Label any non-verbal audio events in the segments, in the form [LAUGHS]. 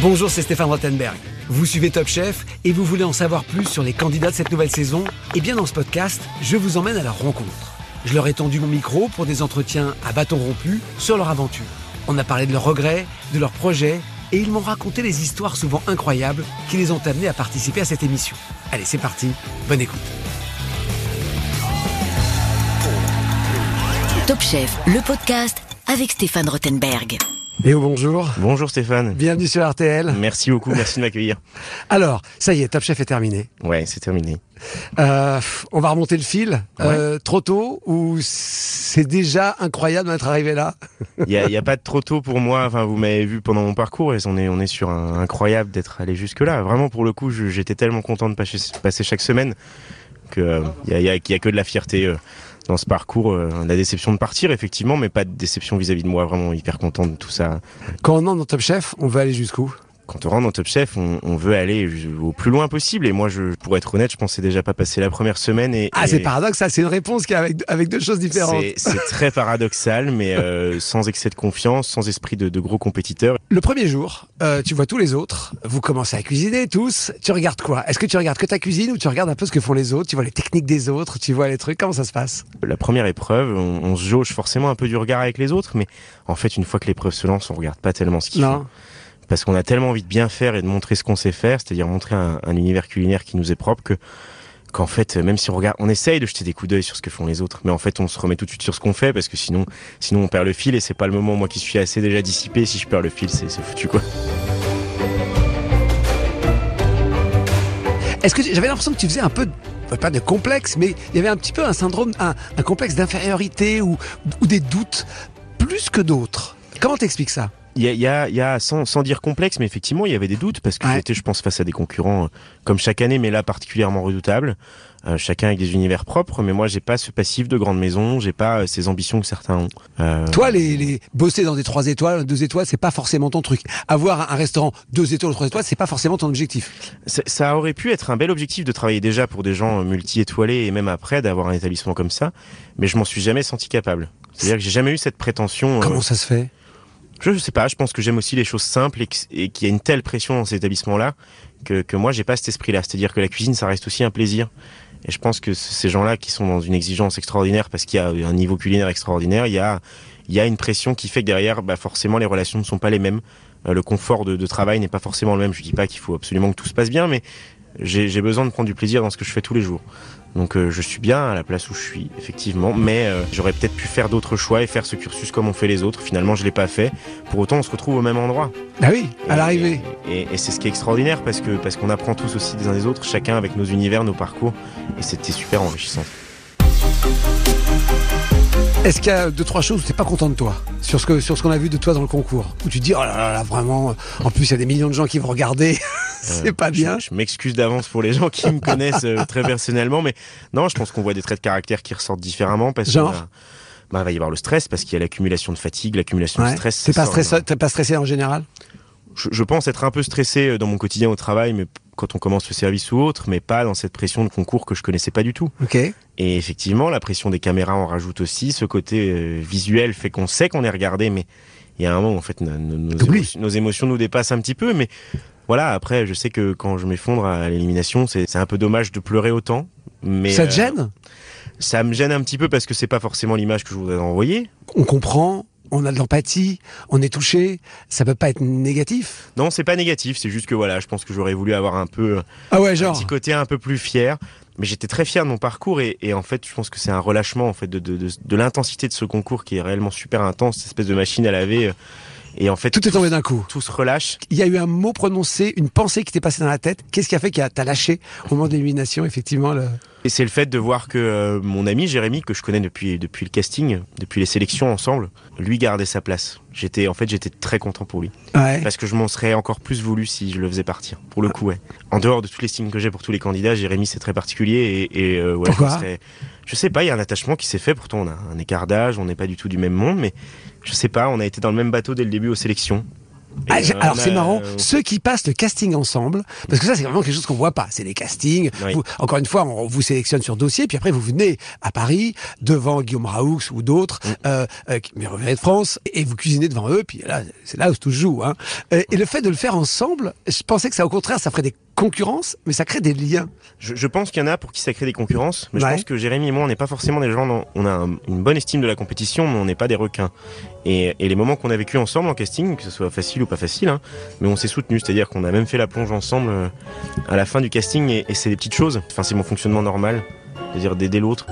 Bonjour, c'est Stéphane Rottenberg. Vous suivez Top Chef et vous voulez en savoir plus sur les candidats de cette nouvelle saison Eh bien, dans ce podcast, je vous emmène à leur rencontre. Je leur ai tendu mon micro pour des entretiens à bâton rompu sur leur aventure. On a parlé de leurs regrets, de leurs projets, et ils m'ont raconté les histoires souvent incroyables qui les ont amenés à participer à cette émission. Allez, c'est parti, bonne écoute. Top Chef, le podcast avec Stéphane Rothenberg. Léo, bonjour. Bonjour Stéphane. Bienvenue sur RTL. Merci beaucoup, merci de m'accueillir. Alors, ça y est, Top Chef est terminé. Ouais, c'est terminé. Euh, on va remonter le fil. Euh, trop tôt ou c'est déjà incroyable d'être arrivé là Il n'y a, il y a pas de trop tôt pour moi. Enfin, vous m'avez vu pendant mon parcours et on est, on est sur un incroyable d'être allé jusque-là. Vraiment, pour le coup, je- j'étais tellement content de passer, passer chaque semaine qu'il n'y a, y a- y a que de la fierté euh, dans ce parcours. euh, la déception de partir, effectivement, mais pas de déception vis-à-vis de moi. Vraiment hyper content de tout ça. Quand on est dans Top Chef, on veut aller jusqu'où quand on rentre dans Top Chef, on, on veut aller ju- au plus loin possible. Et moi, je, pour être honnête, je pensais déjà pas passer la première semaine. Et, Ah, et c'est paradoxe, ça, c'est une réponse qui est avec, avec deux choses différentes. c'est- C'est très paradoxal, mais euh, sans excès de confiance, sans esprit de, de gros compétiteur. Le premier jour, euh, tu vois tous les autres, vous commencez à cuisiner tous, tu regardes quoi Est-ce que tu regardes que ta cuisine ou tu regardes un peu ce que font les autres Tu vois les techniques des autres, tu vois les trucs, comment ça se passe La première épreuve, on, on se jauge forcément un peu du regard avec les autres, mais en fait, une fois que l'épreuve se lance, on regarde pas tellement ce qu'ils font. Non Parce qu'on a tellement envie de bien faire et de montrer ce qu'on sait faire, c'est-à-dire montrer un, un univers culinaire qui nous est propre, que qu'en fait, même si on regarde, on essaye de jeter des coups d'œil sur ce que font les autres, mais en fait, on se remet tout de suite sur ce qu'on fait, parce que sinon, sinon on perd le fil, et c'est pas le moment, moi qui suis assez déjà dissipé, si je perds le fil, c'est c'est foutu, quoi. Est-ce que tu- j'avais l'impression que tu faisais un peu, de- pas de complexe, mais il y avait un petit peu un syndrome, un, un complexe d'infériorité ou, ou des doutes plus que d'autres Comment t'expliques ça Il y a, il y a- il y a sans, sans dire complexe, mais effectivement, il y avait des doutes parce que Ouais. j'étais, je pense, face à des concurrents euh, comme chaque année, mais là particulièrement redoutables. Euh, chacun avec des univers propres, mais moi, j'ai pas ce passif de grande maison, j'ai pas euh, ces ambitions que certains ont. Euh, Toi, les, les bosser dans des trois étoiles, deux étoiles, c'est pas forcément ton truc. Avoir un restaurant deux étoiles, trois étoiles, c'est pas forcément ton objectif. ça- ça aurait pu être un bel objectif de travailler déjà pour des gens euh, multi-étoilés et même après d'avoir un établissement comme ça, mais je m'en suis jamais senti capable. C'est-à-dire que j'ai jamais eu cette prétention. euh, Comment ça se fait Je sais pas, je pense que j'aime aussi les choses simples et que- et qu'il y a une telle pression dans ces établissements-là que, que moi j'ai pas cet esprit-là. C'est-à-dire que la cuisine, ça reste aussi un plaisir. Et je pense que c- ces gens-là qui sont dans une exigence extraordinaire parce qu'il y a un niveau culinaire extraordinaire, il y a, il y a une pression qui fait que derrière, bah, forcément, les relations ne sont pas les mêmes. Euh, le confort de, de travail n'est pas forcément le même. Je dis pas qu'il faut absolument que tout se passe bien, mais j'ai j'ai besoin de prendre du plaisir dans ce que je fais tous les jours. Donc euh, je suis bien à la place où je suis, effectivement, mais euh, j'aurais peut-être pu faire d'autres choix et faire ce cursus comme ont fait les autres. Finalement, je l'ai pas fait. Pour autant, on se retrouve au même endroit. Ah oui, à Et- l'arrivée. Et, et c'est ce qui est extraordinaire parce que parce qu'on apprend tous aussi des uns des autres, chacun avec nos univers, nos parcours. Et c'était super enrichissant. Est-ce qu'il y a deux, trois choses où t'es pas content de toi Sur ce que sur ce qu'on a vu de toi dans le concours Où tu te dis, oh là là, là vraiment, euh, en plus, il y a des millions de gens qui vont regarder, [LAUGHS] c'est Euh, pas je- bien. Je, m'excuse d'avance pour les gens qui me connaissent euh, très personnellement, mais non, je pense qu'on voit des traits de caractère qui ressortent différemment parce Genre que bah, il va y avoir le stress parce qu'il y a l'accumulation de fatigue, l'accumulation Ouais. de stress. T'es ça pas, sort d'un- stressé- t'es pas stressé en général je, je pense être un peu stressé euh, dans mon quotidien au travail, mais p- quand on commence le service ou autre, mais pas dans cette pression de concours que je connaissais pas du tout. Ok. Et effectivement, la pression des caméras en rajoute aussi. Ce côté euh, visuel fait qu'on sait qu'on est regardé, mais il y a un moment, en fait, nos, nos- nos T'oublies. émotions, nos émotions nous dépassent un petit peu. Mais voilà, après, je sais que quand je m'effondre à l'élimination, c'est c'est un peu dommage de pleurer autant. Mais ça te euh, gêne Ça me gêne un petit peu parce que c'est pas forcément l'image que je voudrais envoyer. On comprend, on a de l'empathie, on est touché, ça peut pas être négatif. Non, c'est pas négatif. C'est juste que voilà, je pense que j'aurais voulu avoir un peu. Ah ouais, un genre. petit côté un peu plus fier. Mais j'étais très fier de mon parcours et, et en fait, je pense que c'est un relâchement en fait de, de, de, de l'intensité de ce concours qui est réellement super intense, cette espèce de machine à laver. euh, Et en fait, Tout est tombé d'un coup. tout se relâche. Il y a eu un mot prononcé, une pensée qui t'est passée dans la tête. Qu'est-ce qui a fait que t'as lâché au moment de l'élimination, effectivement le... Et c'est le fait de voir que euh, mon ami Jérémy, que je connais depuis, depuis le casting, depuis les sélections ensemble, lui gardait sa place. J'étais en fait, j'étais très content pour lui. Ouais. Euh. Parce que je m'en serais encore plus voulu si je le faisais partir. Pour le coup, ouais. En dehors de toute l'estime que j'ai pour tous les candidats, Jérémy, c'est très particulier. Et, et, euh, ouais, Pourquoi je, serais- je sais pas, il y a un attachement qui s'est fait. Pourtant, on a un écart d'âge, on n'est pas du tout du même monde. Mais je sais pas, on a été dans le même bateau dès le début aux sélections. Ah, Et, j'ai- euh, alors c'est bah, marrant, euh, ceux qui passent le casting ensemble, parce que ça c'est vraiment quelque chose qu'on voit pas, c'est les castings. Oui. Vous- encore une fois, on vous sélectionne sur dossier, puis après vous venez à Paris devant Guillaume Raoux ou d'autres, Mm. euh, euh, qui- mais revenez de France, et vous cuisinez devant eux, puis là c'est là où tout se joue. Hein. Euh, Et, le fait de le faire ensemble, je pensais que ça au contraire ça ferait des concurrences, mais ça crée des liens. Je, je pense qu'il y en a pour qui ça crée des concurrences, mais Ouais. je pense que Jérémy et moi, on n'est pas forcément des gens. dont- on a un- une bonne estime de la compétition, mais on n'est pas des requins. Et, et les moments qu'on a vécu ensemble en casting, que ce soit facile ou pas facile, hein, mais on s'est soutenus, c'est-à-dire qu'on a même fait la plonge ensemble euh, à la fin du casting, et, et c'est des petites choses. Enfin, c'est mon fonctionnement normal, c'est-à-dire d'aider l'autre.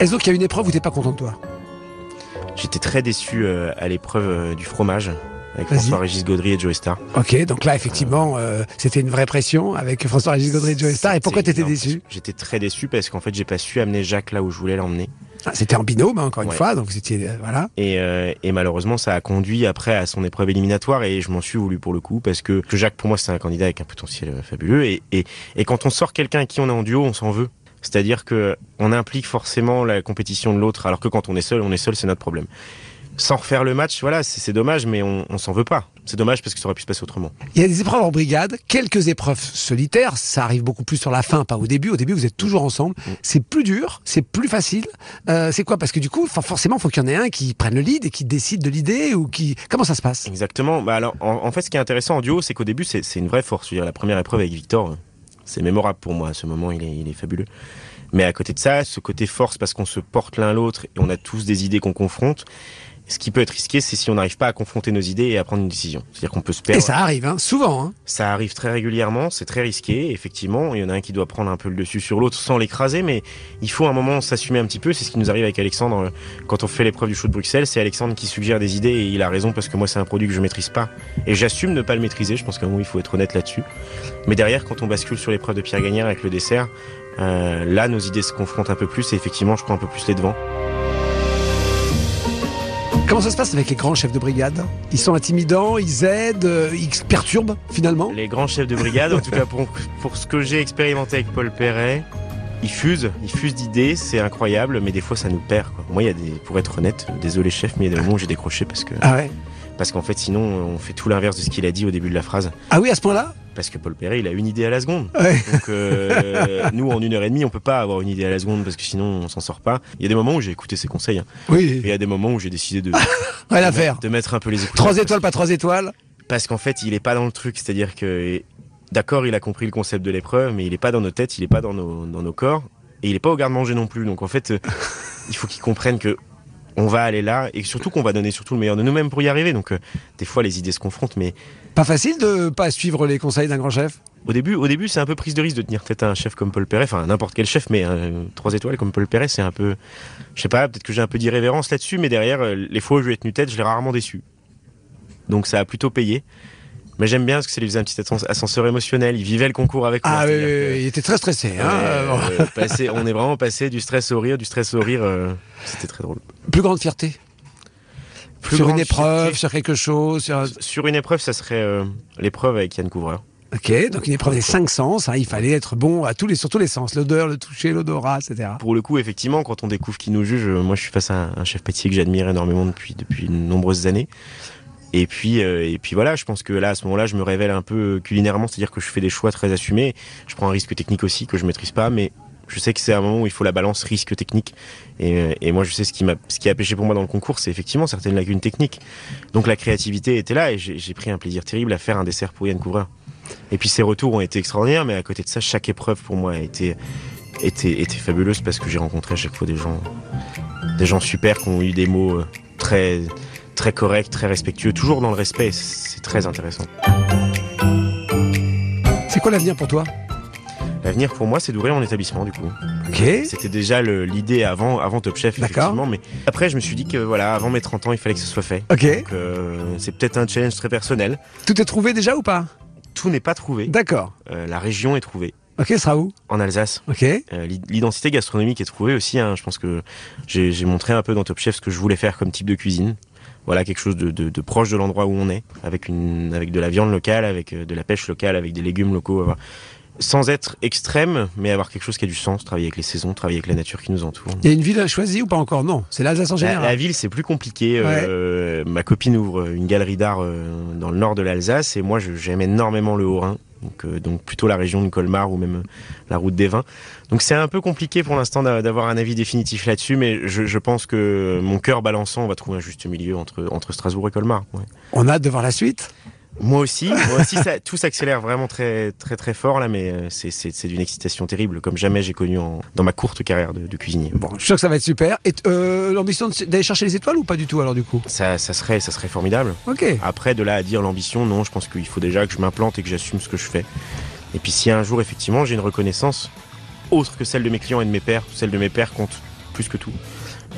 Est-ce donc qu'il y a une épreuve où t'es pas content de toi J'étais très déçu euh, à l'épreuve euh, du fromage avec Vas-y. François-Régis Gaudry et Joey Star. Ok, donc là effectivement euh, c'était une vraie pression avec François-Régis Gaudry et Joe Star, et pourquoi C'était t'étais énorme. déçu J'étais très déçu parce qu'en fait, j'ai pas su amener Jacques là où je voulais l'emmener. Ah, C'était en binôme hein, encore une Ouais. fois, donc vous étiez... euh, voilà. Et, euh, et malheureusement, ça a conduit après à son épreuve éliminatoire et je m'en suis voulu pour le coup parce que que Jacques, pour moi, c'est un candidat avec un potentiel euh, fabuleux. Et, et, et quand on sort quelqu'un à qui on est en duo, on s'en veut. C'est-à-dire que on implique forcément la compétition de l'autre, alors que quand on est seul, on est seul, c'est notre problème. Sans refaire le match, voilà, c'est c'est dommage, mais on, on s'en veut pas. C'est dommage parce que ça aurait pu se passer autrement. Il y a des épreuves en brigade, quelques épreuves solitaires, ça arrive beaucoup plus sur la fin, pas au début. Au début, vous êtes toujours ensemble. Mm. C'est plus dur, c'est plus facile. Euh, c'est quoi Parce que du coup, for- forcément, faut qu'il y en ait un qui prenne le lead et qui décide de l'idée ou qui. Comment ça se passe Exactement. Bah alors, en, en fait, ce qui est intéressant en duo, c'est qu'au début, c'est c'est une vraie force. Je veux dire, la première épreuve avec Victor, euh, c'est mémorable pour moi. À ce moment, il est, il est fabuleux. Mais à côté de ça, ce côté force, parce qu'on se porte l'un l'autre et on a tous des idées qu'on confronte. Ce qui peut être risqué, c'est si on n'arrive pas à confronter nos idées et à prendre une décision. C'est-à-dire qu'on peut se perdre. Et ça arrive, hein, souvent. Hein. Ça arrive très régulièrement, c'est très risqué, effectivement. Il y en a un qui doit prendre un peu le dessus sur l'autre sans l'écraser, mais il faut à un moment s'assumer un petit peu. C'est ce qui nous arrive avec Alexandre euh, quand on fait l'épreuve du show de Bruxelles. C'est Alexandre qui suggère des idées et il a raison parce que moi, c'est un produit que je maîtrise pas. Et j'assume ne pas le maîtriser. Je pense qu'à un moment, il faut être honnête là-dessus. Mais derrière, quand on bascule sur l'épreuve de Pierre Gagnère avec le dessert, euh, là, nos idées se confrontent un peu plus et effectivement, je prends un peu plus les devants. Comment ça se passe avec les grands chefs de brigade Ils sont intimidants, ils aident, euh, ils se perturbent finalement. Les grands chefs de brigade, en tout cas pour, pour ce que j'ai expérimenté avec Paul Perret, ils fusent, ils fusent d'idées, c'est incroyable, mais des fois ça nous perd. Quoi. Moi, il y a des, pour être honnête, désolé chef, mais il y a des moments où j'ai décroché parce que Ah ouais. parce qu'en fait, sinon, on fait tout l'inverse de ce qu'il a dit au début de la phrase. Ah oui, à ce point-là Parce que Paul Perret, il a une idée à la seconde. Ouais. Donc euh, nous, en une heure et demie, on peut pas avoir une idée à la seconde parce que sinon, on s'en sort pas. Il y a des moments où j'ai écouté ses conseils, hein. et il Oui. y a des moments où j'ai décidé de, Rien à de- faire. de mettre un peu les écouteurs. Trois étoiles, pas trois étoiles. parce qu'en fait, il est pas dans le truc. C'est-à-dire que, d'accord, il a compris le concept de l'épreuve, mais il est pas dans nos têtes, il est pas dans nos, dans nos corps, et il est pas au garde-manger non plus. Donc en fait, euh, il faut qu'il comprenne que on va aller là, et surtout qu'on va donner surtout le meilleur de nous-mêmes pour y arriver. Donc euh, des fois, les idées se confrontent, mais Pas facile de pas suivre les conseils d'un grand chef. au début, au début, c'est un peu prise de risque de tenir tête à un chef comme Paul Perret, enfin à n'importe quel chef, mais euh, trois étoiles comme Paul Perret, c'est un peu, je sais pas, peut-être que j'ai un peu d'irrévérence là-dessus, mais derrière, euh, les fois où je lui ai tenu tête, je l'ai rarement déçu. Donc ça a plutôt payé. Mais j'aime bien parce que ça lui faisait un petit ascens- ascenseur émotionnel. Il vivait le concours avec moi. Ah oui, oui, c'est-à-dire que- oui, il était très stressé. Hein, Ouais, euh, euh, [LAUGHS] passé- on est vraiment passé du stress au rire, du stress au rire. euh, C'était très drôle. Plus grande fierté. Plus sur grande une épreuve, fierté- sur quelque chose. Sur... un- Sur une épreuve, ça serait euh, l'épreuve avec Yann Couvreur. Ok, donc une épreuve des cinq sens. hein, il fallait être bon à tous les, sur tous les sens, l'odeur, le toucher, l'odorat, etc. Pour le coup, effectivement, quand on découvre qui nous juge, euh, moi je suis face à un chef pâtissier que j'admire énormément depuis, depuis de nombreuses années. Et puis, euh, et puis voilà, je pense que là, à ce moment-là, je me révèle un peu culinairement, c'est-à-dire que je fais des choix très assumés. Je prends un risque technique aussi que je maîtrise pas, mais je sais que c'est un moment où il faut la balance risque-technique. Et, euh, et moi, je sais ce qui, m'a, ce qui a pêché pour moi dans le concours, c'est effectivement certaines lacunes techniques. Donc la créativité était là et j'ai, j'ai pris un plaisir terrible à faire un dessert pour Yann Couvreur. Et puis ses retours ont été extraordinaires, mais à côté de ça, chaque épreuve pour moi a été était, était fabuleuse parce que j'ai rencontré à chaque fois des gens, des gens super qui ont eu des mots euh, très, très corrects, très respectueux, toujours dans le respect. C'est très intéressant. C'est quoi l'avenir pour toi L'avenir pour moi, c'est d'ouvrir mon établissement du coup. Ok. C'était déjà le- l'idée avant, avant Top Chef, D'accord. effectivement. Mais après, je me suis dit que voilà, avant mes 30 ans, il fallait que ce soit fait. Ok. Donc, euh, c'est peut-être un challenge très personnel. Tout est trouvé déjà ou pas Tout n'est pas trouvé. D'accord. Euh, la région est trouvée. Ok, ce sera où En Alsace. Ok. Euh, l'i- L'identité gastronomique est trouvée aussi. hein. Je pense que j'ai j'ai montré un peu dans Top Chef ce que je voulais faire comme type de cuisine. Voilà quelque chose de, de- de proche de l'endroit où on est, avec une, avec de la viande locale, avec euh, de la pêche locale, avec des légumes locaux. euh, sans être extrême, mais avoir quelque chose qui a du sens, travailler avec les saisons, travailler avec la nature qui nous entoure. Il y a une ville choisie ou pas encore Non, c'est l'Alsace en La, général. la ville, c'est plus compliqué. Euh, ma copine ouvre une galerie d'art euh, dans le nord de l'Alsace et moi, je- j'aime énormément le Haut-Rhin. Donc, euh, donc plutôt la région de Colmar ou même euh, la route des vins. Donc c'est un peu compliqué pour l'instant d'a- d'avoir un avis définitif là-dessus, mais je, je pense que mon cœur balançant, on va trouver un juste milieu entre, entre Strasbourg et Colmar. ouais. On a hâte de voir la suite. Moi aussi, moi aussi ça, tout s'accélère vraiment très très très fort là, mais euh, c'est- c'est c'est d'une excitation terrible comme jamais j'ai connu en- dans ma courte carrière de, de cuisinier. Bon, je suis sûr que ça va être super. Et euh, l'ambition de- d'aller chercher les étoiles ou pas du tout alors du coup Ça, ça serait ça serait formidable. Ok. Après, de là à dire l'ambition, non, je pense qu'il faut déjà que je m'implante et que j'assume ce que je fais. Et puis si un jour, effectivement, j'ai une reconnaissance autre que celle de mes clients et de mes pairs, celle de mes pairs compte plus que tout,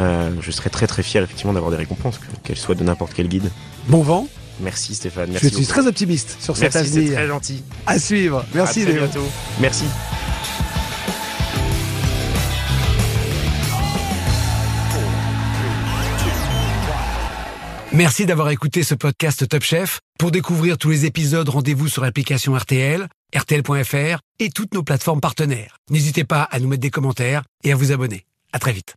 euh, je serais très très fier, effectivement, d'avoir des récompenses, que- qu'elles soient de n'importe quel guide. Bon vent. Merci Stéphane, Je merci suis beaucoup. très optimiste sur cet Merci, c'est avenir. très gentil. À suivre. Merci à très Léo. bientôt. Merci. Merci d'avoir écouté ce podcast Top Chef. Pour découvrir tous les épisodes, rendez-vous sur l'application RTL, rtl.fr et toutes nos plateformes partenaires. N'hésitez pas à nous mettre des commentaires et à vous abonner. À très vite.